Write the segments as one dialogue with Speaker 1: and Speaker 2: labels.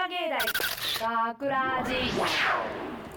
Speaker 1: 大学ラジ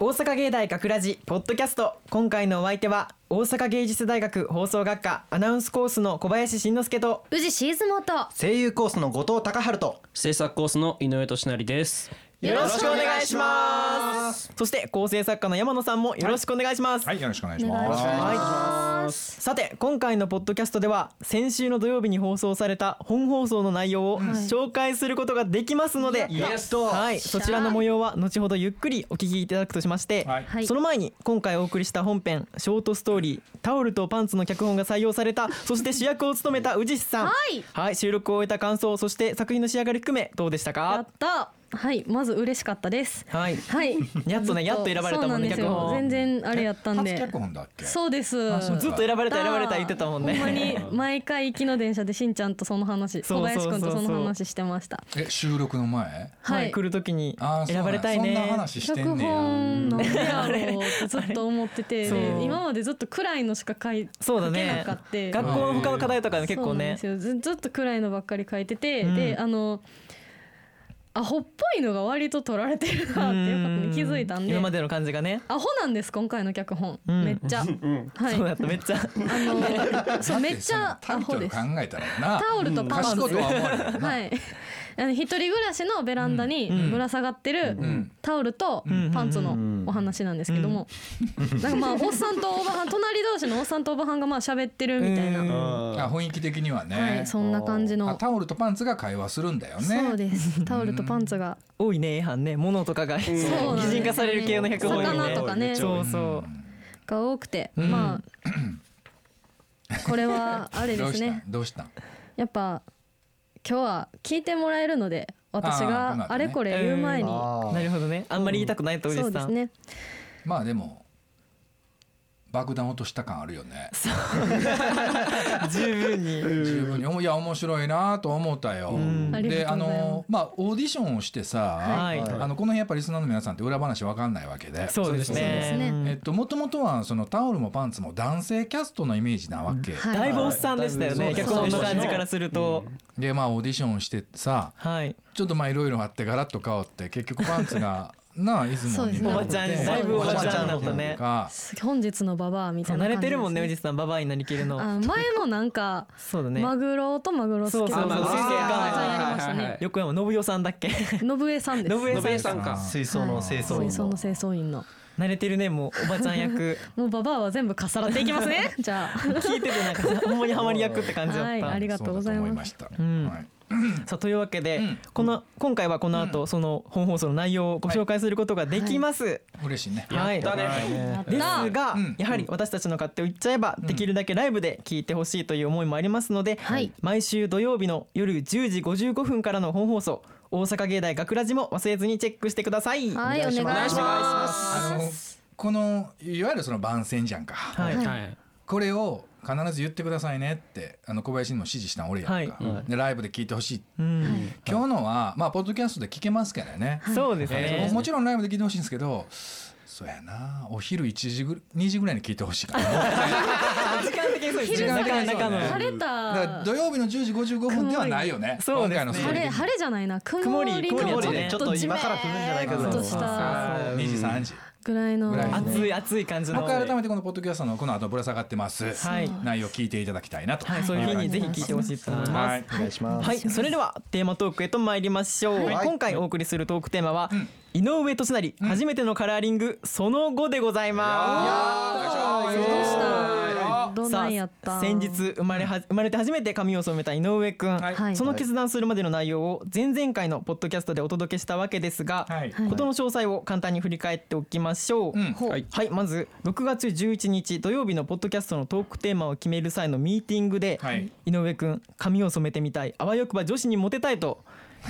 Speaker 2: 大阪芸大学ラジポッドキャスト今回のお相手は大阪芸術大学放送学科アナウンスコースの小林慎之介と
Speaker 3: 宇治シーズモート
Speaker 4: 声優コースの後藤隆春と
Speaker 5: 制作コースの井上俊成です。
Speaker 2: よろしくお願いしますそして構成作家の山野さんもよろしくお願いします、
Speaker 6: はい、よろしくお願いします。
Speaker 2: さて今回のポッドキャストでは先週の土曜日に放送された本放送の内容を紹介することができますので、
Speaker 4: やっと
Speaker 2: はい、そちらの模様は後ほどゆっくりお聞きいただくとしまして、
Speaker 6: はい
Speaker 3: はい
Speaker 2: その前に今回お送りした本編ショートストーリー「タオルとパンツ」の脚本が採用され たそして主役を務めた宇治さん、
Speaker 3: はい
Speaker 2: 収録を終えた感想そして作品の仕上がり含めどうでした
Speaker 3: や
Speaker 2: か
Speaker 3: ったはいまず嬉しかったです
Speaker 2: はい
Speaker 3: はい
Speaker 2: やっと ねやっと選ばれたもんね
Speaker 3: そうなんですよ
Speaker 2: 脚本
Speaker 3: 全然あれやったん
Speaker 6: 初
Speaker 3: で
Speaker 6: 脚本だっけ。
Speaker 3: そうです
Speaker 2: もうずっと選ばれた選ばれた言ってたもんね
Speaker 3: ほんまに毎回行きの電車でしんちゃんとその話
Speaker 2: そ
Speaker 3: 小
Speaker 2: うそうそうそ
Speaker 3: 林
Speaker 2: う
Speaker 3: くんとその話してました
Speaker 6: え、収録の前。
Speaker 2: は、
Speaker 3: はいい
Speaker 2: 来る時に
Speaker 6: あーそう
Speaker 2: 選
Speaker 6: なん
Speaker 2: ば
Speaker 6: や
Speaker 2: れたいね
Speaker 6: そんな話して
Speaker 3: 脚
Speaker 6: んねや。
Speaker 3: 本なんでやろうってずっと思ってて
Speaker 2: そう
Speaker 3: で今までずっと暗いのしか書い
Speaker 2: そうだね
Speaker 3: 書けなかって
Speaker 2: 学校の他の課題とかね結構ね
Speaker 3: そうなんですよずずっと暗いのばっかり書いてて、
Speaker 2: うん
Speaker 3: であのアホっぽいのが割と取られてるなっていうことに気づいたんで
Speaker 2: 今までの感じがね、
Speaker 3: アホなんです今回の脚本、
Speaker 2: うん
Speaker 3: めっちゃ、はい
Speaker 2: そうだっためっちゃ
Speaker 3: あのそうめっち
Speaker 6: だ
Speaker 3: ゃ
Speaker 6: てそ
Speaker 3: ア
Speaker 6: のタ
Speaker 3: ホ
Speaker 6: イトル
Speaker 3: です
Speaker 6: 考えたらな。
Speaker 3: タオルとパンツ
Speaker 6: 賢いとは思われるな。
Speaker 3: はいあの一人暮らしのベランダにぶら下がってる
Speaker 6: ん
Speaker 3: タオルとパンツのお話なんですけども、なんかまあおっさんとおばはん隣同士のおっさんとおばはんがまあ喋ってる みたいな、
Speaker 2: うん
Speaker 6: あ、雰囲気的には
Speaker 3: は
Speaker 6: ね
Speaker 3: い、。そんな感じの
Speaker 6: あ、タオルとパンツが会話するんだよね。
Speaker 3: そうです。タオルとパンツが。
Speaker 2: 多いね違反ね物とかが擬
Speaker 3: そうなんですよね
Speaker 2: 人化される系の百本よ
Speaker 3: 魚
Speaker 2: ね
Speaker 3: とかね、
Speaker 2: そうそう
Speaker 3: が多くて、まあ。これはあれ
Speaker 6: ど
Speaker 3: で
Speaker 6: う
Speaker 3: す
Speaker 6: したん
Speaker 3: ね。
Speaker 6: どうしたん
Speaker 3: やっぱ。今日は聞いてもらえるので、私
Speaker 6: あーま
Speaker 3: が
Speaker 6: だね
Speaker 3: あれこれ言う前に。
Speaker 2: なるほどねあんまり言いたくないと宇
Speaker 3: そ
Speaker 2: 治
Speaker 3: うで
Speaker 2: さ
Speaker 3: す
Speaker 2: ん
Speaker 3: ね。
Speaker 6: まあでも爆弾落とした感あるよね。
Speaker 2: 十分に
Speaker 6: 十分におもいや面白いなと思ったよ。
Speaker 3: あり
Speaker 6: で
Speaker 3: がと
Speaker 6: あ
Speaker 3: うございます
Speaker 6: のまあオーディションをしてさ、
Speaker 2: はい
Speaker 6: あのこの辺やっぱリスナーの皆さんって裏話わかんないわけで。
Speaker 2: そうです
Speaker 3: そうです
Speaker 6: えっ
Speaker 2: ね
Speaker 6: と、もともとはそのタオルもパンツも男性キャストのイメージなわけ、
Speaker 3: はい
Speaker 2: だいぶおっさんでしたよね
Speaker 6: はい
Speaker 2: 脚本の感じからすると
Speaker 6: でまあオーディションしてさ
Speaker 2: はい
Speaker 6: ちょっとまあいろいろあってガラッと変わって結局パンツがなあ出雲に
Speaker 3: そうですね
Speaker 6: な
Speaker 3: おばちゃんだいぶ
Speaker 6: おばちゃん
Speaker 2: おばちゃんだったね
Speaker 6: か
Speaker 3: 本日のババアみた
Speaker 2: そう
Speaker 3: いな
Speaker 2: 慣
Speaker 3: 感
Speaker 2: れ
Speaker 3: じで
Speaker 2: て
Speaker 3: す。
Speaker 2: るもんね宇治さんババアになりきるの
Speaker 3: あ前もなんか。
Speaker 2: そうだね
Speaker 3: マグロとマグロ
Speaker 2: そ
Speaker 3: 好
Speaker 2: う
Speaker 3: き
Speaker 2: そう
Speaker 3: な
Speaker 2: そう
Speaker 3: おば
Speaker 2: 水星
Speaker 3: さんやりました
Speaker 5: はいはいは
Speaker 3: ね
Speaker 5: い。
Speaker 2: 横山信代さんだっけ
Speaker 3: 信江さんです。
Speaker 2: 信江
Speaker 5: の
Speaker 2: さ
Speaker 5: べえ
Speaker 2: ん
Speaker 5: さんか。
Speaker 4: 水槽の清
Speaker 3: 水
Speaker 4: 掃
Speaker 3: 槽
Speaker 4: 員
Speaker 3: の
Speaker 4: の
Speaker 3: 清掃員の。
Speaker 2: 慣れてるねもうおばちゃん役
Speaker 3: もうババアは全部かっさらっていきますね。 じゃあ。
Speaker 2: 聞いててなんかほんまにハマり役って感じだ
Speaker 3: は
Speaker 2: っ
Speaker 3: い、
Speaker 2: た
Speaker 3: ありがとうござい
Speaker 6: そうだと思い
Speaker 3: ま。
Speaker 6: ますした、
Speaker 2: ん
Speaker 6: はい
Speaker 2: さあというわけで、この今回はこの後、その本放送の内容をご紹介することができます。
Speaker 6: 嬉しいね
Speaker 2: はい、
Speaker 5: だね。
Speaker 3: やっ
Speaker 2: です
Speaker 3: た
Speaker 2: が、
Speaker 6: ん
Speaker 2: やはり私たちの勝手を言っちゃえば、できるだけライブで聞いてほしいという思いもありますので、
Speaker 3: はい
Speaker 2: 毎週土曜日の夜10時55分からの本放送大阪芸大学ラジも忘れずにチェックしてください。
Speaker 3: はい、お願いします。
Speaker 6: あのこのいわゆるその番宣じゃんか、
Speaker 2: はい
Speaker 5: はい。
Speaker 6: これを必ず言ってくださいねってあの小林にも指示したん俺やんか、
Speaker 2: はい
Speaker 6: でライブで聞いてほしいって
Speaker 2: うん、
Speaker 6: 今日のはまあポッドキャストで聞けますからね、
Speaker 2: そうですね
Speaker 6: えー。もちろんライブで聞いてほしいんですけどそうやなお昼1時ぐ2時ぐらいに聞いてほしいかなだ
Speaker 2: 時間的にそうです。
Speaker 3: 昼
Speaker 2: 時間
Speaker 3: 下
Speaker 2: 的
Speaker 3: が
Speaker 2: な
Speaker 3: り
Speaker 2: 中の
Speaker 3: 晴れ
Speaker 6: から
Speaker 3: た。
Speaker 6: 土曜日の10時55分ではないよね
Speaker 2: そうですね
Speaker 6: 今回の
Speaker 3: 晴れ、晴れじゃないな。曇りの
Speaker 2: 曇り
Speaker 4: 曇
Speaker 3: ち
Speaker 4: り
Speaker 3: ょ
Speaker 4: で
Speaker 3: っ
Speaker 4: ちょっと今から来るんじゃないか
Speaker 3: と
Speaker 4: と
Speaker 3: した
Speaker 6: 2時3時
Speaker 3: ぐらいの。
Speaker 6: ぐらい
Speaker 3: は
Speaker 2: 熱い熱い感じの。
Speaker 6: もう一回改めてこのポッドキャストのこの後ぶら下がってます、
Speaker 2: はい
Speaker 6: 内容聞いていただきたいなと、
Speaker 2: はい、そういうふうにぜひ聞いてほしいと思います。
Speaker 6: はい
Speaker 4: お願いします
Speaker 2: はい、それではテーマトークへと参りましょう。
Speaker 4: はい
Speaker 2: 今回お送りするトークテーマは、井上俊成、初めてのカラーリングその後でございま
Speaker 3: い
Speaker 2: す。
Speaker 3: どうした
Speaker 6: は
Speaker 3: どん
Speaker 2: さ
Speaker 3: な
Speaker 2: あ
Speaker 3: んやった
Speaker 2: 先日生まれは生まれて初めて髪を染めた井上くん、
Speaker 6: はい
Speaker 3: はい
Speaker 2: その決断するまでの内容を前々回のポッドキャストでお届けしたわけですが、
Speaker 6: はい
Speaker 2: ことの詳細を簡単に振り返っておきましょう、
Speaker 6: うん
Speaker 2: はい、まず6月11日土曜日のポッドキャストのトークテーマを決める際のミーティングで、
Speaker 6: はい
Speaker 2: 井上くん髪を染めてみたいあわよくば女子にモテたいと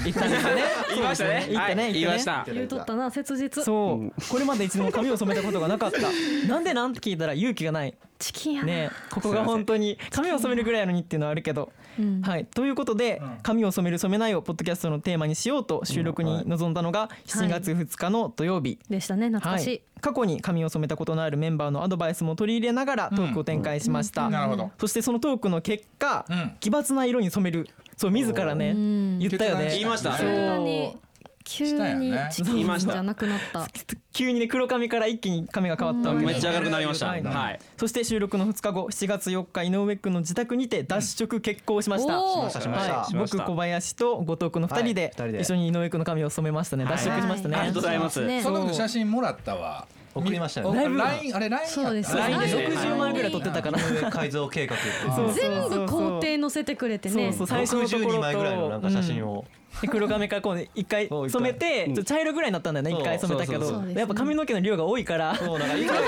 Speaker 2: 言ったんですよね
Speaker 5: 言いましたね。
Speaker 2: 言ったね
Speaker 5: はい言い
Speaker 2: 言
Speaker 5: ま
Speaker 2: っ
Speaker 5: したた。
Speaker 3: 言うとったな、切実。
Speaker 2: そうこれまで一度も髪を染めたことがなかったなんでなんて聞いたら勇気がない
Speaker 3: チキンやな。
Speaker 2: ねえここが本当に髪を染めるぐらいなのにっていうのはあるけど、
Speaker 3: うん
Speaker 2: はいということで「髪を染める染めない」をポッドキャストのテーマにしようと収録に臨んだのが7月2日の土曜日。
Speaker 3: でしたね、懐
Speaker 2: は
Speaker 3: かしい
Speaker 2: い。、過去に髪を染めたことのあるメンバーのアドバイスも取り入れながらトークを展開しました、
Speaker 6: いなるほど
Speaker 2: そしてそのトークの結果、
Speaker 6: うん
Speaker 2: 奇抜な色に染めるそう自らね
Speaker 3: うん
Speaker 2: 言ったよね
Speaker 6: 決断
Speaker 5: 言いました
Speaker 3: そんなに奇急
Speaker 6: したよ
Speaker 3: に
Speaker 6: ね
Speaker 3: チキンじゃなくなった。
Speaker 2: 急にね黒髪から一気に髪が変わったわけ
Speaker 5: め
Speaker 2: で
Speaker 5: っ
Speaker 2: す
Speaker 5: ちゃ明るくなりました。
Speaker 2: は
Speaker 5: はいい。
Speaker 2: そして収録の2日後7月4日井上くんの自宅にて脱色決行しました、
Speaker 3: おー
Speaker 4: ましたしました
Speaker 2: は
Speaker 5: し
Speaker 2: い、
Speaker 5: ました
Speaker 2: 僕小林と後藤君の二人で,、
Speaker 4: はい二人で
Speaker 2: 一緒に井上君の髪を染めましたね
Speaker 4: はい
Speaker 2: 脱色しましたね、
Speaker 5: ありがとうございます。
Speaker 3: ね
Speaker 6: その時写真もらったわ
Speaker 4: 送りましたよ
Speaker 6: お
Speaker 4: ね
Speaker 2: ライブ
Speaker 6: LINE あれ LINE やった
Speaker 3: そうです
Speaker 2: LINE で
Speaker 5: そうですね
Speaker 2: 60万ぐらい撮ってたから、
Speaker 4: 井上改造計画って
Speaker 6: あ
Speaker 4: そう
Speaker 6: ー
Speaker 3: 全部工程載せてくれてね。
Speaker 2: そうそう最初のところと
Speaker 4: 62枚ぐらいのなんか写真を
Speaker 2: で黒髪からこうね一回
Speaker 4: そう一回
Speaker 2: 染めてちょっと茶色ぐらいになったんだよね
Speaker 4: そう
Speaker 2: 一回染めたけ
Speaker 5: そう
Speaker 3: そう
Speaker 2: ど
Speaker 3: そう
Speaker 2: やっぱ髪の毛の量が多いから
Speaker 4: そうなんか意外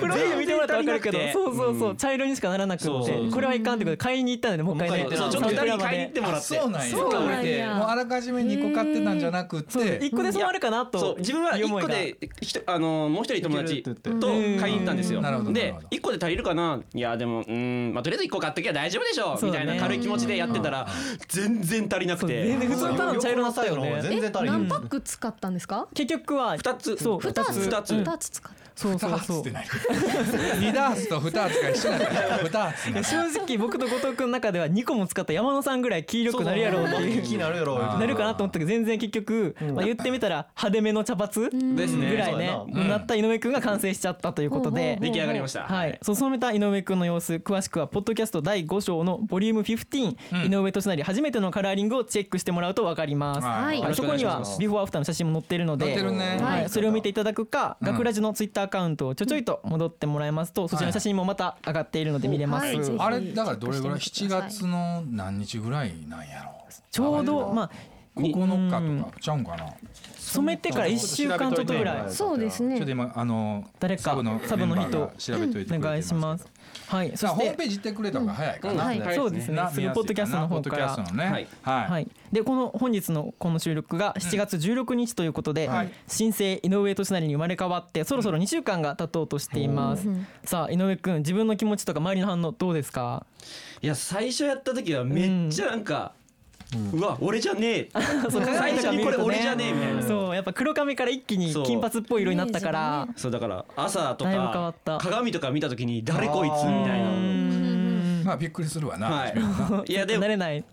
Speaker 2: 黒いの見てもらったら分かるけど
Speaker 5: 全然
Speaker 2: そうそうそう茶色にしかならなく
Speaker 5: そう
Speaker 2: っ
Speaker 5: そうそ
Speaker 2: て
Speaker 5: う
Speaker 2: これはいかんってことで買いに行ったんだよねもう一回
Speaker 4: もう
Speaker 2: ね
Speaker 4: 一
Speaker 5: そ
Speaker 4: 回
Speaker 5: うちょっと二人に買いに行ってもら
Speaker 6: あ
Speaker 5: って。
Speaker 6: そうなんや
Speaker 3: そうなんや
Speaker 6: もうあらかじめ2個買ってたんじゃなくて
Speaker 2: 1個で染まるかな
Speaker 5: そ
Speaker 2: と
Speaker 5: う自分は
Speaker 2: いう
Speaker 5: 一
Speaker 2: 思い
Speaker 5: 個
Speaker 2: が
Speaker 5: でひとあのーもう一人友達
Speaker 4: いけるって
Speaker 5: と
Speaker 4: 言
Speaker 5: 買いに行ったんですよ
Speaker 6: なるほど。なる
Speaker 5: で
Speaker 6: ほど
Speaker 5: 一個で足りるかな。いやでもうーんまあとりあえず一個買っときゃ大丈夫でしょ
Speaker 2: そう
Speaker 5: み
Speaker 2: だ
Speaker 5: た
Speaker 2: ね
Speaker 5: いな軽い気持ちでやってたら全然足りなく
Speaker 2: そう全然普通
Speaker 5: て
Speaker 2: ただの茶色だったよね
Speaker 4: 全
Speaker 3: え
Speaker 4: 然足り
Speaker 3: 何パ
Speaker 4: ない
Speaker 3: ック使ったんですか？
Speaker 2: 結局は
Speaker 5: 二つ
Speaker 2: そう
Speaker 3: 二つ
Speaker 5: 二つ
Speaker 3: 二つ使っ
Speaker 2: そうそう
Speaker 6: 2つ
Speaker 2: そ
Speaker 6: っ
Speaker 2: う
Speaker 6: てない2ダースと2ダースが一緒なんだよ2ダー ス
Speaker 2: いや
Speaker 6: な
Speaker 2: 正直僕と後藤君の中では2個も使った山野さんぐらい黄色くなるやろうっていう
Speaker 4: 気になるやろう言うて
Speaker 6: あー
Speaker 2: なるかなと思ったけど全然結局、まあ、言ってみたら派手めの茶髪
Speaker 3: ん
Speaker 5: ですね。
Speaker 2: ぐらいね、
Speaker 4: そう
Speaker 6: やな
Speaker 2: なった井上くんが完成しちゃったということで。
Speaker 5: 出来上がりました。
Speaker 2: はい、そう染めた井上くんの様子詳しくはポッドキャスト第5章のボリューム15、
Speaker 6: うん
Speaker 2: 井上俊成初めてのカラーリングをチェックしてもらうと分かります、
Speaker 6: はい
Speaker 3: はい
Speaker 2: はいそこにはビフォーアフターの写真も載ってるので
Speaker 6: 載ってるね
Speaker 2: は
Speaker 3: はい
Speaker 2: い、それを見ていただくか、
Speaker 6: うん
Speaker 2: 学ラジのツイッターアカウントをちょちょいと戻ってもらいますと、そちらの写真もまた上がっているので見れます、
Speaker 3: はいぜひ
Speaker 6: あれだからどれぐらい
Speaker 3: チェックしてみ
Speaker 6: 7
Speaker 3: てください
Speaker 6: 月の何日ぐらいなんやろ
Speaker 2: ちょうど、まあ、
Speaker 6: 9日とかちゃうんかな
Speaker 2: 染めてから1週間ちょっとぐらい
Speaker 3: た。そうですね
Speaker 6: ちょっと。今あの
Speaker 2: 誰か
Speaker 6: サブの
Speaker 2: サブの人
Speaker 6: メンバーが調べといてくれて
Speaker 2: お願いします。はい、そ
Speaker 6: さあ
Speaker 2: し
Speaker 6: ホーム
Speaker 2: て
Speaker 6: ページ行ってくれた方が早いかな、
Speaker 3: はい
Speaker 5: はい
Speaker 2: そうですね
Speaker 6: な
Speaker 2: すぐポッドキャストの方から
Speaker 6: ポッドキャストのね
Speaker 5: はい
Speaker 6: はい
Speaker 2: はい、でこの本日のこの収録が7月16日ということで、
Speaker 6: はい
Speaker 2: 新生井上俊成に生まれ変わってそろそろ2週間が経とうとしています、
Speaker 3: うん
Speaker 2: さあ井上くん自分の気持ちとか周りの反応どうですか
Speaker 5: いや最初やった時はめっちゃなんか、うわ俺じゃねえ
Speaker 2: そう鏡とか見ると
Speaker 5: 最初にこれ俺じゃねえみたいな
Speaker 2: そうやっぱ黒髪から一気に
Speaker 5: そう
Speaker 2: 金髪っぽい色になったから、
Speaker 5: そうだから朝と
Speaker 2: だいぶ変わ
Speaker 5: か
Speaker 2: った
Speaker 5: 鏡とか見た時に誰こいつみたいな。
Speaker 6: まあびっくりするわな、
Speaker 5: はい、いやで
Speaker 2: 慣
Speaker 5: も
Speaker 2: れない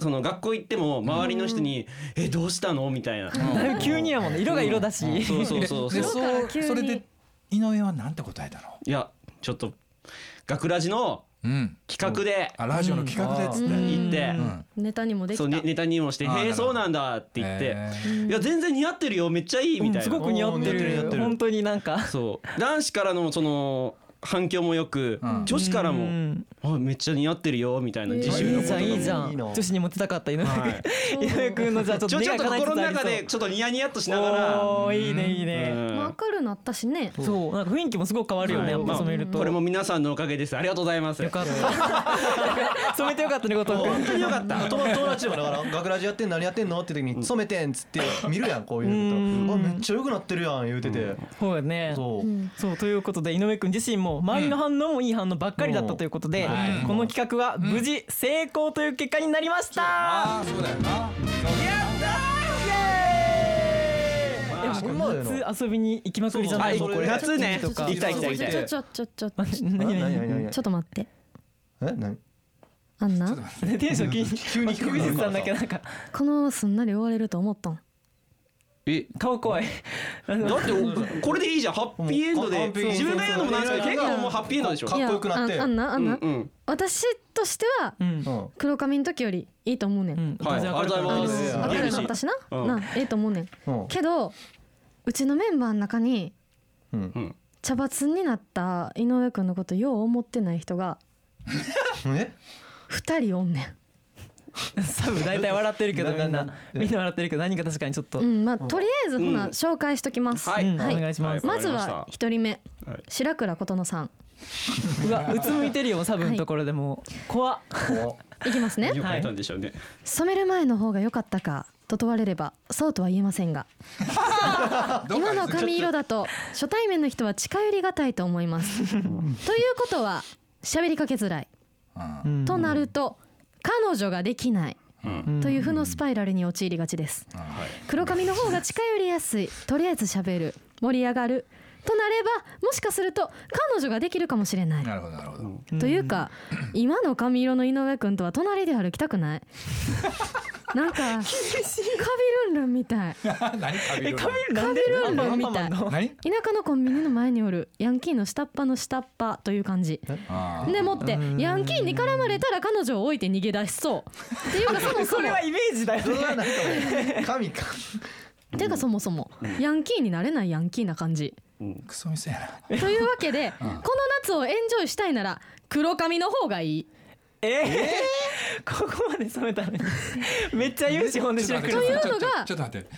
Speaker 5: その学校行っても周りの人に「えどうしたの?」みたいな
Speaker 2: だいぶ急にやもんね色が色だし、
Speaker 5: そうそうそうそ
Speaker 6: で
Speaker 5: う
Speaker 3: そうから
Speaker 6: そう
Speaker 3: 急に
Speaker 6: それで井上はなんて答えたの
Speaker 5: いやちょっと学ラジの
Speaker 6: うん
Speaker 5: 企画で
Speaker 6: あラジオの企画でっつって、
Speaker 3: うん
Speaker 5: 行って
Speaker 2: う
Speaker 3: ネタにもでき
Speaker 5: そう
Speaker 3: た。
Speaker 5: ねネタにもして「
Speaker 6: あーなる
Speaker 5: へ
Speaker 6: ほ
Speaker 5: え
Speaker 6: ど
Speaker 5: そうなんだ」って言って
Speaker 6: え
Speaker 5: 「いや全然似合ってるよめっちゃいい」み
Speaker 2: うん
Speaker 5: た
Speaker 2: す
Speaker 5: い
Speaker 2: ご
Speaker 5: な
Speaker 2: く似合って
Speaker 4: おー似合ってる似合っ
Speaker 2: る
Speaker 4: てる
Speaker 2: 本当になんか
Speaker 5: そう男子からのその反響もよく
Speaker 6: うん
Speaker 5: 女子から
Speaker 2: う
Speaker 5: も
Speaker 2: ん
Speaker 5: あめっちゃ似合ってるよみたいな
Speaker 3: えー
Speaker 5: 自
Speaker 2: い
Speaker 5: 習
Speaker 2: い
Speaker 5: のこ
Speaker 2: じゃ
Speaker 5: とが
Speaker 2: んいいじゃ
Speaker 4: い
Speaker 2: ん
Speaker 4: いの
Speaker 2: 女子にモテたかった井上君、
Speaker 5: はい
Speaker 2: 井上君のじゃあちょっと
Speaker 5: ちょ
Speaker 2: 目
Speaker 5: ちょ
Speaker 2: が
Speaker 5: っと
Speaker 2: 叶いつ
Speaker 5: 心
Speaker 2: つ
Speaker 5: の
Speaker 2: あり
Speaker 5: 中
Speaker 2: そう
Speaker 5: でちょっとニヤニヤっとしながら
Speaker 2: おーいいねいいね、
Speaker 5: うん
Speaker 3: まあ明るなったしね。
Speaker 2: そうなんか雰囲気もすごく変わるよね、や
Speaker 5: はい
Speaker 2: っぱ染めると、
Speaker 5: これも皆さんのおかげですありがとうございます
Speaker 2: よかった 染めてよかったね後藤
Speaker 5: 本
Speaker 2: 君
Speaker 5: 当によかった
Speaker 4: 友達でもだから「学ラジやってん何やってんの?」って時に「染めてん」っつって見るやんこういうのと「あめっちゃ良くなってるやん」言うてて
Speaker 2: そうやね
Speaker 4: そう
Speaker 3: うん
Speaker 2: そうということで井上君自身も周りの反応もいい反応ばっかりだったということで、
Speaker 6: うん
Speaker 2: この企画は無事成功という結果になりました、
Speaker 6: ああそうだよな
Speaker 2: で
Speaker 4: そこまでの
Speaker 2: 夏遊びに行きまくりじゃない
Speaker 5: あ
Speaker 2: もうこれ
Speaker 5: 夏ね
Speaker 2: と
Speaker 5: 行
Speaker 2: か
Speaker 5: きたい行きたい行きたい
Speaker 3: ちょちょちょちょちょち ょ
Speaker 2: 何
Speaker 4: 何何
Speaker 2: 何
Speaker 4: 何
Speaker 3: ちょっと待って。
Speaker 4: え何
Speaker 3: あんな
Speaker 2: 何 テンション急に急に藤さんだけなんか
Speaker 3: このまますんなり終われると思ったん。
Speaker 5: え
Speaker 2: 顔怖いあの
Speaker 5: だっておこれでいいじゃんハッピーエンド
Speaker 4: もう
Speaker 5: で
Speaker 4: 完璧
Speaker 5: 自分が言うのもなんですけど
Speaker 4: そう
Speaker 5: 結
Speaker 4: そう
Speaker 5: 構もうハッピーエンドでしょ
Speaker 4: かっこよくなって
Speaker 3: いやああんなあ
Speaker 5: うんんう
Speaker 3: な。
Speaker 5: ん
Speaker 3: 私としては
Speaker 2: うん
Speaker 4: うん
Speaker 3: 黒髪の時よりいいと思うね。
Speaker 2: うんん
Speaker 5: はいありがとうございま
Speaker 4: い
Speaker 5: す
Speaker 4: や
Speaker 3: 明
Speaker 4: いや
Speaker 3: るなったしな。
Speaker 5: うん
Speaker 3: なええと思うねん。
Speaker 4: うん
Speaker 3: けどうちのメンバーの中に
Speaker 4: うん
Speaker 5: うん
Speaker 3: 茶髪になった井上くんのことよう思ってない人が
Speaker 4: え
Speaker 3: 二人おんねん。
Speaker 2: サブ大体笑ってるけどみん
Speaker 4: な
Speaker 2: な
Speaker 4: な
Speaker 2: みんな笑ってるけど何か確かにちょっと、
Speaker 3: う
Speaker 2: うん
Speaker 3: ん、まあとりあえずほな、紹介しときます。
Speaker 5: はい
Speaker 2: お願いします、
Speaker 5: はい
Speaker 3: まず
Speaker 5: わかり
Speaker 3: は
Speaker 5: ま
Speaker 3: 一人目、
Speaker 5: はい
Speaker 3: 白倉琴乃さん。
Speaker 2: うわうつむいてるよサブのところでもう怖っ
Speaker 3: いきますね
Speaker 5: 何。を変えたんでしょうね
Speaker 3: 染める前の方が良かったかと問われればそうとは言えませんが今の髪色だと初対面の人は近寄りがたいと思いますということは喋りかけづらい
Speaker 6: うん
Speaker 2: うん
Speaker 3: となると彼女ができない
Speaker 2: うん
Speaker 3: という負のスパイラルに陥りがちです黒髪の方が近寄りやすいとりあえず喋る盛り上がるとなればもしかすると彼女ができるかもしれない
Speaker 6: なるほどなるほど
Speaker 3: というか、今の髪色の井上くんとは隣で歩きたくないなんかカビルンルンみたい田
Speaker 6: 何カビ
Speaker 2: え
Speaker 6: ル
Speaker 2: カビルなんで
Speaker 3: カビルンルン
Speaker 2: アンパン
Speaker 3: みたい
Speaker 2: アンパンマンの
Speaker 6: 何
Speaker 3: 舎のコンビニの前におるヤンキーの下っ端の下っ端という感じ
Speaker 6: あー
Speaker 3: でもって
Speaker 2: うん
Speaker 3: ヤンキーに絡まれたら彼女を置いて逃げ出しそうっていうかそもそ
Speaker 2: それ
Speaker 3: も
Speaker 2: はイメージだよ
Speaker 4: それは
Speaker 2: ね
Speaker 4: なんかもう神か
Speaker 3: ていうかそもそもヤンキーになれないヤンキーな感じ
Speaker 5: うん
Speaker 6: クソ店や
Speaker 3: というわけで、この夏をエンジョイしたいなら黒髪の方がいい
Speaker 2: えーここまで染めたのにめっちゃ有志本
Speaker 6: な
Speaker 2: でしらくる
Speaker 6: ちょっ
Speaker 3: と
Speaker 6: と待って
Speaker 3: いうのが
Speaker 6: ちょっと待って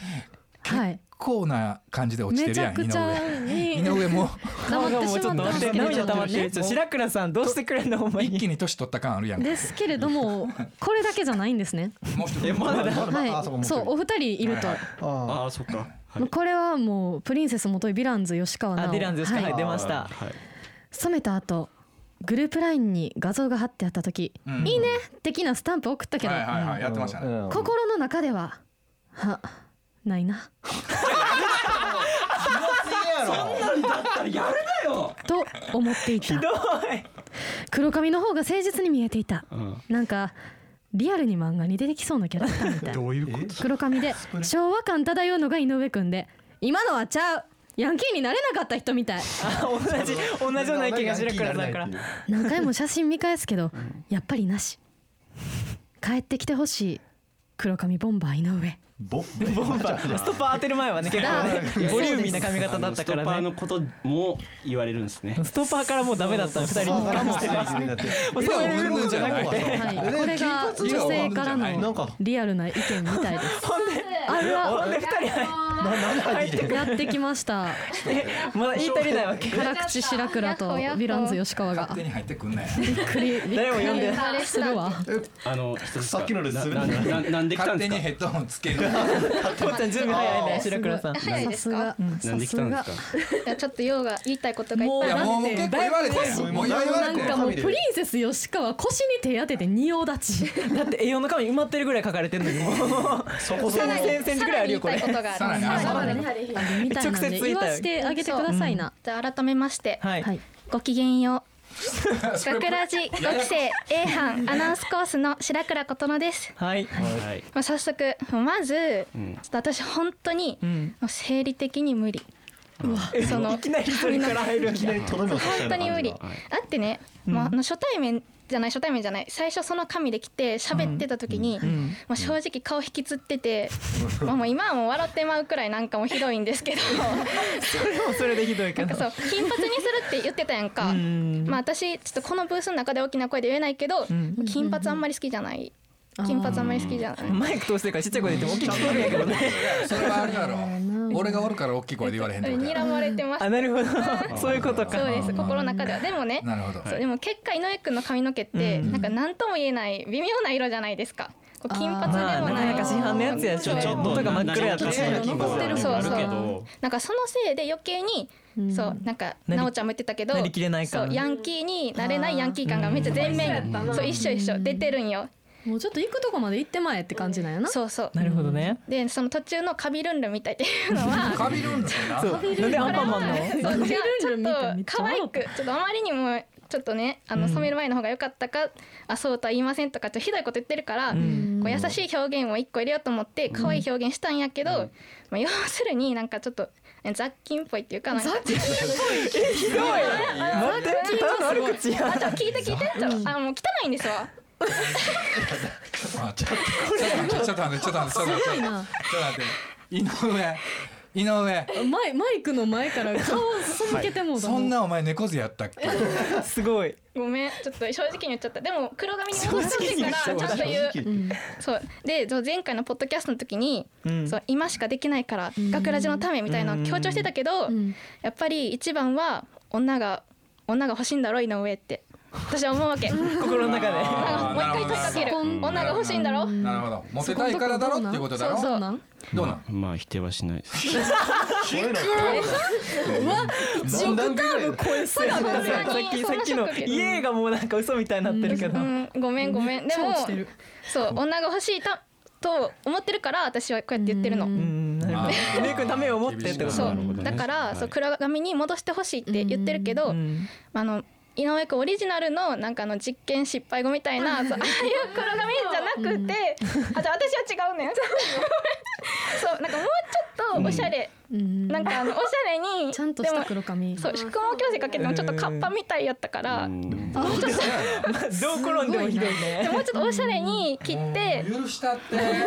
Speaker 3: はい
Speaker 6: こうな感じで落ちて
Speaker 3: め
Speaker 6: る
Speaker 3: ち
Speaker 6: や
Speaker 3: ゃ
Speaker 6: ん井
Speaker 3: くちゃ
Speaker 6: 上
Speaker 3: に
Speaker 6: 井上も
Speaker 3: 黙ってしまったん
Speaker 2: 待
Speaker 3: で
Speaker 2: っ
Speaker 3: す
Speaker 2: て
Speaker 3: けれ
Speaker 2: 涙
Speaker 3: ど
Speaker 2: 溜ま
Speaker 3: も
Speaker 2: ってる
Speaker 3: ね
Speaker 2: ちょっと白倉さんどうしてくれんのほんま
Speaker 6: 一気
Speaker 2: に
Speaker 6: に年取った感あるやんか
Speaker 3: ですけれどもこれだけじゃないんですね
Speaker 6: もう一
Speaker 2: え
Speaker 6: 人
Speaker 2: まだだ
Speaker 4: まだ
Speaker 3: はい
Speaker 4: あそうかもう一人
Speaker 3: そうお二人いると
Speaker 6: はいは
Speaker 4: あ
Speaker 5: ああそっかはい
Speaker 3: もうこれはもうプリンセス元井ヴィランズ吉川
Speaker 2: あ
Speaker 3: 直
Speaker 2: ディランズしか
Speaker 3: は
Speaker 2: ないい出ました
Speaker 5: はい
Speaker 3: 染めた後グループラインに画像が貼ってあった時「
Speaker 6: うん
Speaker 3: いいね!」的なスタンプ送ったけど、
Speaker 6: はいはいはいやってましたね
Speaker 4: うん
Speaker 3: 心の中では「はないな
Speaker 4: そんな
Speaker 5: だったらやるなよ」
Speaker 3: と思ってい
Speaker 2: ひ
Speaker 3: た
Speaker 2: どい
Speaker 3: 黒髪の方が誠実に見えていた
Speaker 5: うん
Speaker 3: なんかリアルに漫画に出てきそうなキャラクターみたい
Speaker 5: どういうこと
Speaker 3: 黒髪で昭和感漂うのが井上くんで今のはちゃうヤンキーになれなかった人みたい
Speaker 2: あ同じ同じような意見が白倉さんから
Speaker 3: 何回も写真見返すけどやっぱりなし帰ってきてほしい黒髪ボンバー井上
Speaker 4: ボ
Speaker 2: ボンバーストッパー当てる前はね結構ねボリューミーな髪型だったか
Speaker 5: あ
Speaker 2: らね
Speaker 5: のストッパーのことも言われるんですね
Speaker 2: ストッパーからもうダメだったの二人に
Speaker 4: そう
Speaker 2: かもしてない
Speaker 4: そうだって
Speaker 2: もうそういうのじゃなくて
Speaker 3: はい
Speaker 4: え
Speaker 3: これが
Speaker 6: 金髪
Speaker 3: 女性から
Speaker 4: なん
Speaker 3: の
Speaker 4: か
Speaker 3: リアルな意見みたいです
Speaker 2: ほんで
Speaker 3: あ
Speaker 2: ほんで
Speaker 3: ら
Speaker 2: 二人入ってくる
Speaker 3: やってきました
Speaker 2: まだ言い足りないわけ
Speaker 3: 辛口白倉とヴィランズ吉川が
Speaker 6: 勝手に入ってくんね
Speaker 3: びっくりびっ
Speaker 2: 誰も呼んで
Speaker 3: くりするわ
Speaker 5: あの一つですか
Speaker 4: さっきので
Speaker 5: な
Speaker 4: 滑
Speaker 5: な
Speaker 4: る
Speaker 5: ななんで来たん
Speaker 6: 勝
Speaker 5: です
Speaker 6: 手
Speaker 5: か
Speaker 6: にヘッドホンつける
Speaker 2: ともちゃん準備早いね白倉さん
Speaker 1: 早い
Speaker 3: さ
Speaker 1: です
Speaker 3: す
Speaker 1: か
Speaker 3: が
Speaker 5: なんで来たんですか
Speaker 1: いやちょっと用が言いたいことがいっぱ
Speaker 6: い
Speaker 1: い
Speaker 6: や
Speaker 1: あ
Speaker 6: もうもう
Speaker 1: るんで
Speaker 6: 結構言われてもう言わ
Speaker 3: な
Speaker 6: れ
Speaker 3: ん
Speaker 6: て
Speaker 3: かもうプリンセス吉川腰に手当てて仁王立ち
Speaker 2: だって栄養の紙埋まってるぐらい書かれてるのにもうそこ
Speaker 1: さらに
Speaker 2: 1000ぐらいあるよこれ
Speaker 1: さらに言いたいことがある
Speaker 6: さらに
Speaker 1: はい
Speaker 6: さらに
Speaker 1: さらに
Speaker 3: みたいなん
Speaker 2: 直接
Speaker 3: で
Speaker 2: 言い
Speaker 3: 言
Speaker 2: たい
Speaker 3: わしてあげてくださいな、
Speaker 1: じゃあ改めまして、
Speaker 2: はい
Speaker 3: はい
Speaker 1: ごきげんよう
Speaker 6: それ
Speaker 1: 学ラジ5期生 A 班アナウンスコースの白倉琴乃です
Speaker 2: はい
Speaker 5: はい
Speaker 1: まあ早速まず、
Speaker 5: ん
Speaker 1: ちょっと私本当に、
Speaker 2: ん
Speaker 1: もう生理的に無理その
Speaker 2: いきなり一人から入るん
Speaker 4: いき
Speaker 2: だ
Speaker 4: なりとどめを刺したよう
Speaker 1: 本当
Speaker 4: な感じ
Speaker 1: に
Speaker 4: が
Speaker 1: 無理、
Speaker 4: はい
Speaker 1: あってね、まあ、あの初対面じゃない初対面じゃない最初その紙で来て喋ってた時に、
Speaker 2: ん
Speaker 1: まあ、正直顔引きつってて、まあ、もう今はもう笑ってまうくらいなんかもうひどいんですけど
Speaker 2: それもそれでひどいけ
Speaker 1: なん
Speaker 2: ど
Speaker 1: かそう金髪にするって言ってたやんか、
Speaker 2: ん
Speaker 1: まあ、私ちょっとこのブースの中で大きな声で言えないけど、金髪あんまり好きじゃない
Speaker 3: あー
Speaker 1: 金髪あんまり好きじゃない。
Speaker 2: マイク通してるからちっちゃい声で言っても大きく聞こえるんやけどね
Speaker 6: それはあるやろ俺がおるから大きい声で言われへんってこと
Speaker 1: 睨
Speaker 6: や
Speaker 1: まれてます
Speaker 2: あなるほどそういうことか
Speaker 1: そうです心の中ではでもね
Speaker 6: なるほど
Speaker 1: そうでも結果井上くんの髪の毛って、なんか何とも言えない微妙な色じゃないですか。こう金髪でも
Speaker 2: まあなか
Speaker 1: な
Speaker 2: な
Speaker 1: い。
Speaker 2: か市販のやつやし
Speaker 1: そう
Speaker 2: ね
Speaker 5: ちょっと
Speaker 2: 元が真っ暗やった
Speaker 5: な
Speaker 2: し
Speaker 5: ちょっと金髪
Speaker 1: そうそう
Speaker 5: あるけど
Speaker 1: なんかそのせいで余計に。そうなんか
Speaker 2: なり
Speaker 1: 奈緒ちゃんも言ってたけど
Speaker 2: なりきれない感
Speaker 1: そうヤンキーになれないヤンキー感がめっちゃ全面そう一緒一緒出てるんよ
Speaker 3: もうちょっと行くとこまで行ってまえって感じなんやな
Speaker 1: そうそう
Speaker 2: なるほどね
Speaker 1: でその途中のカビルンルンみたいっていうのは
Speaker 6: カビルンルンな
Speaker 2: そうなんでアンパンマンの
Speaker 1: そうじゃあ
Speaker 3: ル
Speaker 1: ちょっ
Speaker 3: ンルン見
Speaker 1: と
Speaker 3: て
Speaker 1: 可
Speaker 3: めっちゃ笑
Speaker 1: 愛
Speaker 3: っ
Speaker 1: くちょっとあまりにもちょっとねあの染める前の方が良かったか、あそうとは言いませんとかちょっとひどいこと言ってるから、こう優しい表現を一個入れようと思って可愛い表現したんやけど、まあ、要するになんかちょっと雑菌っぽいっていうかなんか
Speaker 2: ひどい待ってただの悪口や
Speaker 1: あちょ聞いて聞いてちょあもう汚いんですわ
Speaker 6: あちょっとちょっと待ってちょっと待ってちょっと待ってちょっと待ってちょっと
Speaker 3: な
Speaker 6: 待って井上井上
Speaker 3: マイマイクの前から顔を背けてもうだ
Speaker 6: そ
Speaker 3: もん
Speaker 6: んなお前猫背やったっけ
Speaker 2: すごい
Speaker 1: ごめんちょっと正直に言っちゃったでも黒髪に戻してからちゃんと言うそうでそう前回のポッドキャストの時に、
Speaker 2: ん
Speaker 1: そう今しかできないから学ラジのためみたいなのを強調してたけど、
Speaker 3: ん
Speaker 1: やっぱり一番は女が女が欲しいんだろ井上って私は思うわ けなんか
Speaker 2: 心の中で
Speaker 1: もう一回問いかける女が欲しいんだろ
Speaker 6: なるほどモテたいからだろっていうことだろ
Speaker 1: そう
Speaker 3: そ
Speaker 1: そう
Speaker 3: なん
Speaker 6: どうなん
Speaker 5: まあ否定はしないです
Speaker 4: 何段階ぐらいだ
Speaker 2: さっきさっきの家がもうなんか嘘みたいになってるけど
Speaker 1: うんごめんごめんで
Speaker 3: 超
Speaker 1: も
Speaker 3: 落ちてる
Speaker 1: そう女が欲しいたと思ってるから私はこうやって言ってるの、
Speaker 2: うんなるほ
Speaker 6: あ
Speaker 2: ど
Speaker 6: ー
Speaker 2: メイクのためを思ってってこと
Speaker 1: そ
Speaker 5: なるほ
Speaker 1: う
Speaker 5: どね
Speaker 1: だから、
Speaker 5: はい
Speaker 1: そう黒髪に戻してほしいって言ってるけど、
Speaker 2: うん
Speaker 1: あの井上くんオリジナルのなんかあの実験失敗後みたいなそうああいう黒髪じゃなくて、あじゃあ私は違うねんそうなんかもうちょっとおしゃれ、
Speaker 3: うん
Speaker 1: なんかあのおしゃれに
Speaker 3: ちゃんとした
Speaker 1: でも
Speaker 3: 黒髪
Speaker 1: そう宿毛矯正かけてもちょっとカッパみたいやったから、
Speaker 7: うん
Speaker 3: あ
Speaker 2: どう転んでもひどい
Speaker 1: で
Speaker 2: ね
Speaker 1: もうちょっとおしゃれに切って、
Speaker 6: 許したって
Speaker 1: おしゃれ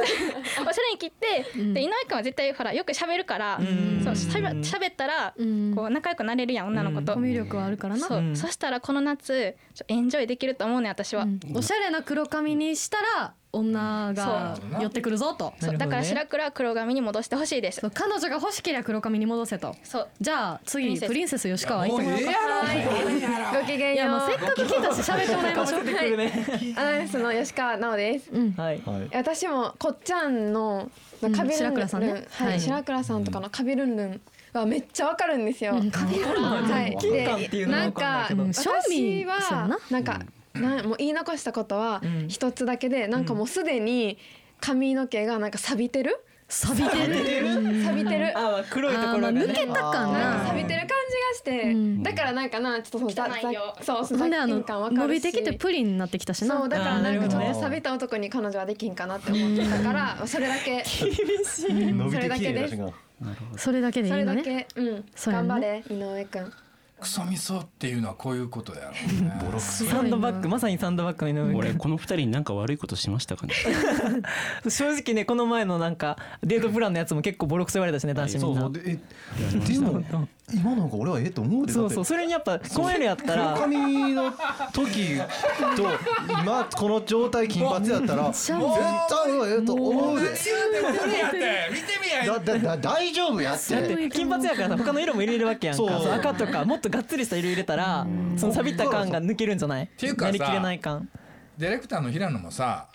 Speaker 1: に切って、
Speaker 3: うん
Speaker 1: で井上くんは絶対ほらよく喋るから、そうしゃべ喋ったら、
Speaker 3: うん
Speaker 1: こう仲良くなれるやん女の子と、
Speaker 3: コミュ力はあるからな
Speaker 1: そう、
Speaker 2: うん
Speaker 1: そしたらこの夏ちょエンジョイできると思うね私は、
Speaker 3: うんおしゃれな黒髪にしたら女が寄ってくるぞと
Speaker 2: な
Speaker 1: そう
Speaker 2: るほどね
Speaker 1: だから白黒は黒髪に戻してほしいです
Speaker 3: そう彼女が欲しけりゃ黒髪に戻せと
Speaker 1: そう
Speaker 3: じゃあ次プ
Speaker 1: プ
Speaker 3: リ
Speaker 1: リ
Speaker 3: ンセス吉川行っ
Speaker 6: もう
Speaker 3: てもらお
Speaker 6: え
Speaker 3: う
Speaker 6: え
Speaker 3: か
Speaker 6: や
Speaker 8: ごきげ
Speaker 3: い
Speaker 8: ん
Speaker 3: や
Speaker 8: よ
Speaker 3: まあせっ
Speaker 8: う。
Speaker 3: かく聞いたし喋ってもらいましょう
Speaker 2: 出てくるね
Speaker 8: アナウンスの吉川奈央です。
Speaker 3: うん
Speaker 2: はい
Speaker 4: はい
Speaker 8: 私もこっちゃんのカビル
Speaker 3: 白
Speaker 8: ンルン、
Speaker 3: 倉さんね
Speaker 8: はい、
Speaker 3: はい
Speaker 8: 白倉さんとかのカビルンルンはめっちゃわかるんですよ。
Speaker 3: うんカビルンルン
Speaker 8: はい、
Speaker 2: 緊張感っていうのはわかんないけど
Speaker 8: なんか
Speaker 3: 賞味
Speaker 8: 私
Speaker 3: そうや
Speaker 8: は
Speaker 3: な
Speaker 8: なんかなんもう言い残したことは
Speaker 2: ん
Speaker 8: 一つだけで、なんかもうすでに髪の毛がなんか錆びてる、
Speaker 3: 錆びてる
Speaker 8: 錆びてる。
Speaker 2: あまあ黒いところ
Speaker 3: あーま
Speaker 2: が
Speaker 3: あ
Speaker 2: ね
Speaker 3: 抜けたか
Speaker 8: なんか
Speaker 3: な
Speaker 8: 錆びてる感じがして、
Speaker 3: うん
Speaker 8: だからなんかなちょっとそのざざ
Speaker 1: 汚いよ
Speaker 8: そうそ
Speaker 3: ほ
Speaker 8: うん
Speaker 3: であの
Speaker 8: 雑菌感わか
Speaker 3: 伸
Speaker 8: る
Speaker 3: び
Speaker 8: して
Speaker 3: きてプリンになってきたしな
Speaker 8: そうだから
Speaker 2: あー
Speaker 8: なんかちょ
Speaker 2: なるほ
Speaker 8: っ
Speaker 2: ど
Speaker 8: と錆びた男に彼女はできんかなって思ってたからまあそれだけ
Speaker 4: 伸び
Speaker 8: そ
Speaker 4: て
Speaker 8: れだ
Speaker 4: きて
Speaker 8: け
Speaker 4: る
Speaker 8: で
Speaker 4: 写
Speaker 8: す
Speaker 4: 真が
Speaker 3: それだけでい
Speaker 8: そ
Speaker 3: い
Speaker 8: れ
Speaker 3: の
Speaker 8: だ
Speaker 3: ね
Speaker 8: けうん
Speaker 3: そうや
Speaker 8: 頑
Speaker 3: ね
Speaker 8: 張れ井上くん
Speaker 6: クソ味噌っていうのはこういうことやろうね
Speaker 2: サンドバッグまさにサンドバッグの井上
Speaker 7: 俺この二人になんか悪いことしましたかね
Speaker 2: 君正直ねこの前のなんかデートプランのやつも結構ボロクソ言われたしね男子み
Speaker 4: そ
Speaker 2: ん
Speaker 4: うそう
Speaker 2: な
Speaker 4: でえでも今の方が俺はええと思うで
Speaker 2: そう
Speaker 4: だって
Speaker 2: そうそれにやっぱこういうのやったら
Speaker 4: 髪の時と今この状態金髪やったら絶対俺はええと思うで
Speaker 6: 見てみ
Speaker 4: だ
Speaker 6: や
Speaker 4: だだ大丈夫やって
Speaker 2: 金髪やからさ他の色も入れるわけやんか
Speaker 4: そう
Speaker 2: そう赤とかもっとがっつりした色入れたらその錆びた感が抜けるんじゃない
Speaker 6: ていうかさ
Speaker 2: やりきれない感
Speaker 6: ディレクターの平野もさ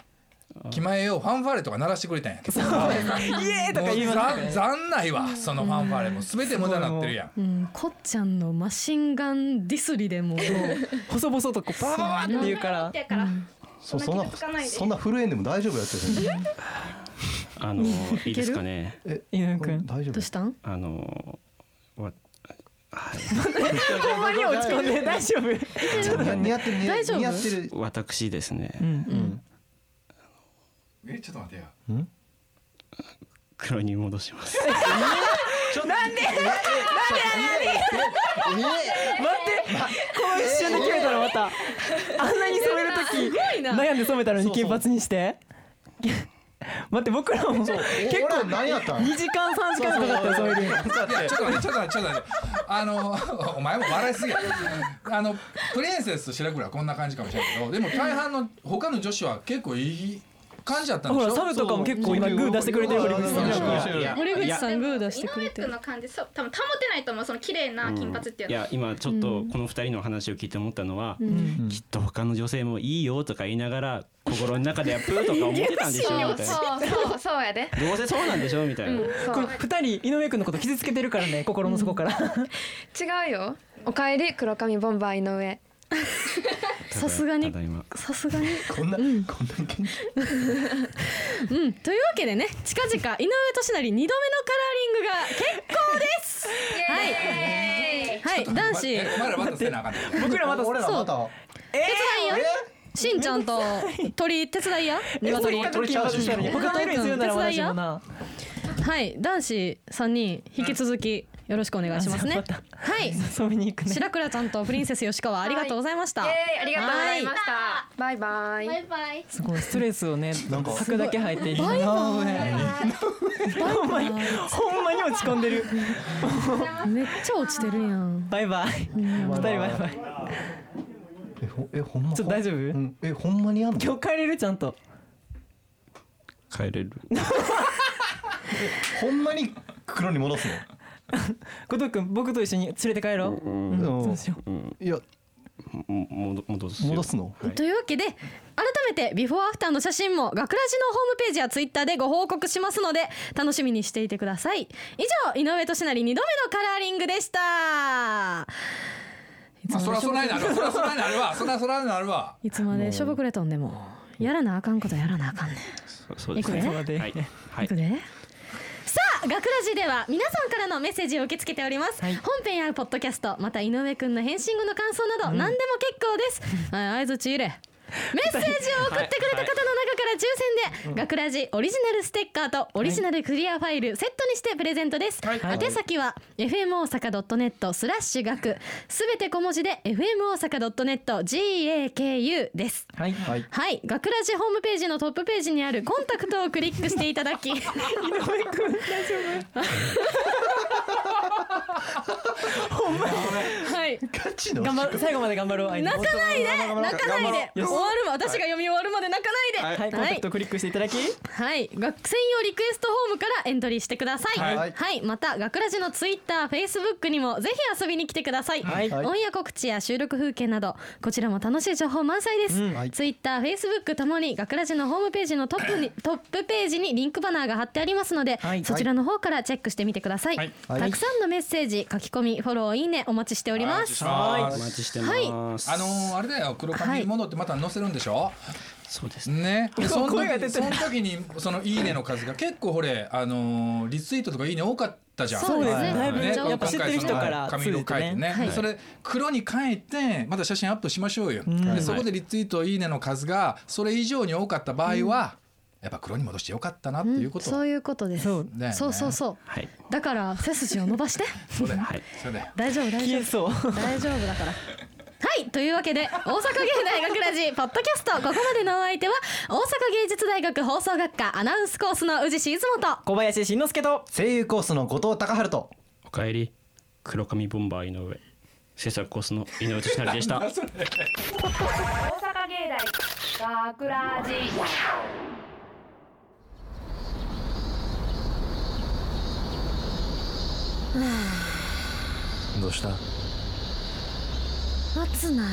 Speaker 6: 気前をファンファーレとか鳴らしてくれたんやけど
Speaker 2: イエーイとか言います
Speaker 6: もうざ残ないわそのファンファーレも全て無駄になってるやん
Speaker 3: うんこっちゃんのマシンガンディスリでもう
Speaker 2: 細々とこうパワパワって言うから
Speaker 1: だから、
Speaker 4: そうそ
Speaker 1: そ
Speaker 4: ん
Speaker 1: ん
Speaker 4: な
Speaker 1: な気づかないで
Speaker 4: そんな震えんでも大丈夫やって
Speaker 7: あのいいですかね
Speaker 2: 井上くん
Speaker 4: 大
Speaker 3: ど
Speaker 4: 丈夫
Speaker 3: うしたん
Speaker 7: あのわ
Speaker 2: ほんまに落ち込んで大丈夫
Speaker 4: 似合ってる似合
Speaker 3: 大丈夫
Speaker 4: 似合ってる
Speaker 7: 私ですね、
Speaker 2: うん
Speaker 6: えちょっと待ってや
Speaker 7: 黒に戻します
Speaker 2: 待ってこの一瞬で決めたらまたあんなに染める時悩んで染めたのに金髪にして待って僕らも結
Speaker 4: 結
Speaker 2: 構
Speaker 4: 構何やったん
Speaker 2: 2時間3時間かかったよ染めるの
Speaker 6: いやちょっと待ってちょっと待ってちょっと待ってあの お前も笑いすぎやあのプリンセスと白倉はこんな感じかもしれないけどでも大半の他の女子は結構いい感じやったんで
Speaker 2: ほ
Speaker 6: し
Speaker 2: ら
Speaker 6: ょ
Speaker 2: サブとかも結構今グー出してくれてる堀口さんだから
Speaker 3: 森口さんグー出してく
Speaker 1: 井
Speaker 3: れ
Speaker 1: 上
Speaker 3: て
Speaker 1: くん
Speaker 3: る
Speaker 1: の感じそう多分保てないと思うその綺麗な金髪っていう
Speaker 7: い
Speaker 1: のは、
Speaker 7: や今ちょっとこの二人の話を聞いて思ったのは、きっと他の女性もいいよとか言いながら心の中ではプーとか思ってたんでしょみたいな
Speaker 8: そうそうそうやで
Speaker 7: どうせそうなんでしょみたいな、
Speaker 8: そう
Speaker 2: これ2人井上くんのこと傷つけてるからね心の底から
Speaker 8: 違うよおかえり黒髪ボンバー井上
Speaker 3: さすがに
Speaker 7: ただいま
Speaker 3: さすがに
Speaker 4: こんなこんな元気
Speaker 3: うんというわけでね近々井上俊成二度目のカラーリングが結構 ですはいはい男子
Speaker 6: えお 前らまたせなあ かんね
Speaker 2: 僕らまた
Speaker 4: 俺らまた
Speaker 3: しんちゃんと鳥手伝いや鶏
Speaker 2: 他の色にするなら私もな
Speaker 3: はい男子三人引き続きよろしくお願いしますね
Speaker 2: あじゃあ
Speaker 3: はい
Speaker 2: 遊びに行くね
Speaker 3: 白倉ちゃんとプリンセス吉川ありがとうございました
Speaker 8: イエーイありがとうございま
Speaker 3: は
Speaker 8: したバイバイ
Speaker 1: バイバイ
Speaker 2: すごいストレスをね
Speaker 4: なんか
Speaker 2: 吐くだけ吐いていいな ほんまにほんまに落ち込んでる
Speaker 3: めっちゃ落ちてるやん
Speaker 2: バイバイ二人バイバイ
Speaker 4: えほえほんま
Speaker 2: ちょっと大丈夫
Speaker 4: うんえほんまにやんの
Speaker 2: 今日帰れるちゃんと
Speaker 7: 帰れる
Speaker 4: ほんまに黒に戻すの
Speaker 2: 後藤君僕と一緒に連れて帰ろう
Speaker 4: うん
Speaker 2: そうしよ
Speaker 4: いや
Speaker 7: もも戻すよ
Speaker 4: 戻すの
Speaker 3: というわけで改めてビフォーアフターの写真も学ラジのホームページやツイッターでご報告しますので楽しみにしていてください以上井上俊成二度目のカラーリングでしたいつ
Speaker 6: まあそ
Speaker 3: ま
Speaker 6: ら
Speaker 3: でし
Speaker 6: そ
Speaker 3: ょ
Speaker 6: ないなるわそらそないなるわそらそないなるわ
Speaker 3: いつまでしょぼくれとんでもやらなあかんことやらなあかんね
Speaker 7: そうそうです
Speaker 3: いく
Speaker 7: ね
Speaker 3: ね
Speaker 7: はい、はいい
Speaker 3: く、でさあ学ラジでは皆さんからのメッセージを受け付けております、本編やポッドキャストまた井上くんの返信後の感想など何でも結構です、はい、相槌入れメッセージを送ってくれた方の中から抽選で、学ラジオリジナルステッカーとオリジナルクリアファイルセットにしてプレゼントです、宛先は fm 大阪 .net スラッシュ学すべて小文字で fm 大阪 .net gaku です
Speaker 2: はいはい
Speaker 3: はい、学ラジホームページのトップページにあるコンタクトをクリックしていただき井上くんはい
Speaker 4: ガチの
Speaker 2: 頑張る最後まで頑張ろう
Speaker 3: 泣かないで泣かないで終
Speaker 2: よし
Speaker 3: わるま私が読み終わるまで泣かない
Speaker 2: はい
Speaker 3: で
Speaker 2: コンタクトクリックしていただき
Speaker 3: はい、学専用リクエストホームからエントリーしてください。は、
Speaker 4: はいい
Speaker 3: また学ラジのツイッター、フェイスブックにもぜひ遊びに来てください。
Speaker 2: はい
Speaker 3: オンエア告知や収録風景などこちらも楽しい情報満載です。
Speaker 4: はい
Speaker 3: ツイッター、フェイスブックともに学ラジのホームページのトップにトップページにリンクバナーが貼ってありますので、
Speaker 2: はい
Speaker 3: そちらの方からチェックしてみてください。
Speaker 6: はい
Speaker 4: はい
Speaker 3: たくさんのメッセージ、書き込み、フォロー、いいねお待ちしております。
Speaker 7: お待ちしてます。
Speaker 6: あのー、あれだよ黒
Speaker 3: はい
Speaker 6: 髪に戻ってまた載せるんでしょ、
Speaker 7: そうですね。
Speaker 6: ねでその
Speaker 2: 声が出て
Speaker 6: 時
Speaker 2: な
Speaker 6: その時にその「いいね」の数が結構ほれ、あのーリツイートとか「いいね」多かったじゃん
Speaker 3: そうですね
Speaker 6: はい
Speaker 3: だいぶ
Speaker 6: ね
Speaker 3: やっぱ
Speaker 6: 今回
Speaker 2: 知ってる人から
Speaker 6: その紙
Speaker 2: 通じ
Speaker 6: 色
Speaker 2: てね
Speaker 6: 変えてね、
Speaker 3: はい
Speaker 6: でそれ黒に変えてまた写真アップしましょうよ、
Speaker 2: ん
Speaker 6: でそこでリツイート「いいね」の数がそれ以上に多かった場合は、やっぱ黒に戻してよかったなっていうこと、
Speaker 3: そういうことです。
Speaker 2: そう
Speaker 6: だよね
Speaker 3: そうそうそう。
Speaker 7: はい。
Speaker 3: だから背筋を伸ばして
Speaker 6: それ
Speaker 7: はい。
Speaker 6: それで
Speaker 3: 大丈夫大丈
Speaker 2: 消
Speaker 3: 夫
Speaker 2: え。そう
Speaker 3: 大丈夫だから。はいというわけで大阪芸大学ラジポッドキャストここまでのお相手は大阪芸術大学放送学科アナウンスコースの宇治静本
Speaker 2: 小林慎之介と
Speaker 4: 声優コースの後藤隆春と
Speaker 7: おかえり黒髪ボンバー井上制作コースの井上俊成でした。
Speaker 9: 大阪芸大学ラジ
Speaker 10: どうした
Speaker 3: 暑ない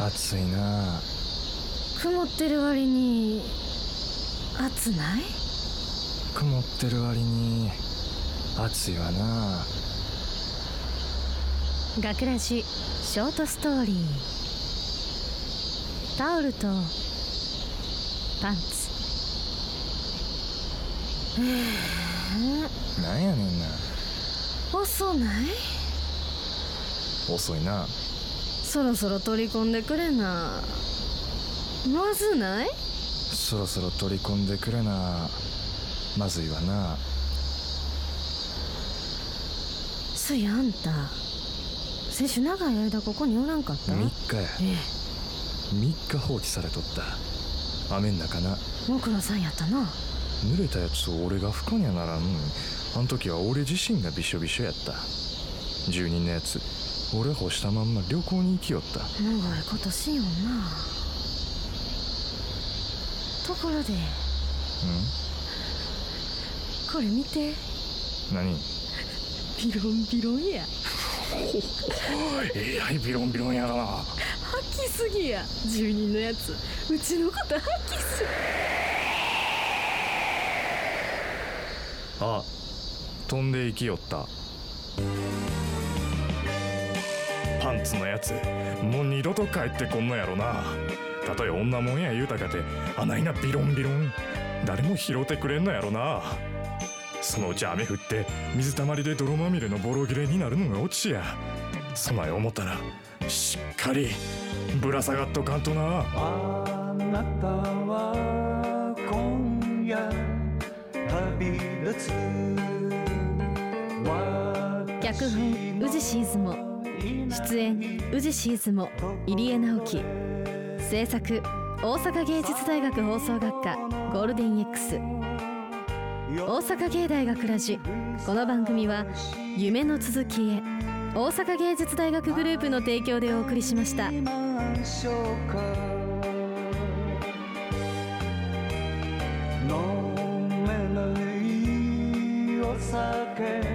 Speaker 10: 暑いな
Speaker 3: 曇ってる割に暑ない
Speaker 10: 曇ってる割に暑いわな
Speaker 3: 学ラジショートストーリータオルとパンツ
Speaker 10: なんやねんな
Speaker 3: 遅ない
Speaker 10: 遅いな
Speaker 3: そろそろ取り込んでくれなまずない
Speaker 10: そろそろ取り込んでくれなまずいわな
Speaker 3: すいあんた先週長い間ここにおらんかった
Speaker 10: 3日や
Speaker 3: え
Speaker 10: 3日放置されとった雨ん中な
Speaker 3: えご苦労さんやったな
Speaker 10: 濡れたやつを俺が拭かにゃならんあん時は俺自身がびしょびしょやった住人のやつ俺干したまんま旅行に行きよった
Speaker 3: 長いことしよんなところで
Speaker 10: う
Speaker 3: これ見て
Speaker 10: ん何
Speaker 3: ビロンビロンや
Speaker 10: えらいビロンビロンやな
Speaker 3: 吐きすぎや住人のやつうちのこと吐きす
Speaker 10: あ飛んで行きよったパンツのやつもう二度と帰ってこんのやろなたとえ女もんや言うたかてあないなビロンビロン誰も拾ってくれんのやろなそのうち雨降って水たまりで泥まみれのボロ切れになるのがオチやそない思ったらしっかりぶら下がっとかんとな
Speaker 11: あなたは今夜旅立つ
Speaker 3: 脚本宇治シーズも出演宇治シーズも入江直樹制作大阪芸術大学放送学科ゴールデン X 大阪芸大学ラジこの番組は「夢の続きへ」大阪芸術大学グループの提供でお送りしました。
Speaker 11: ましょうか飲めないお酒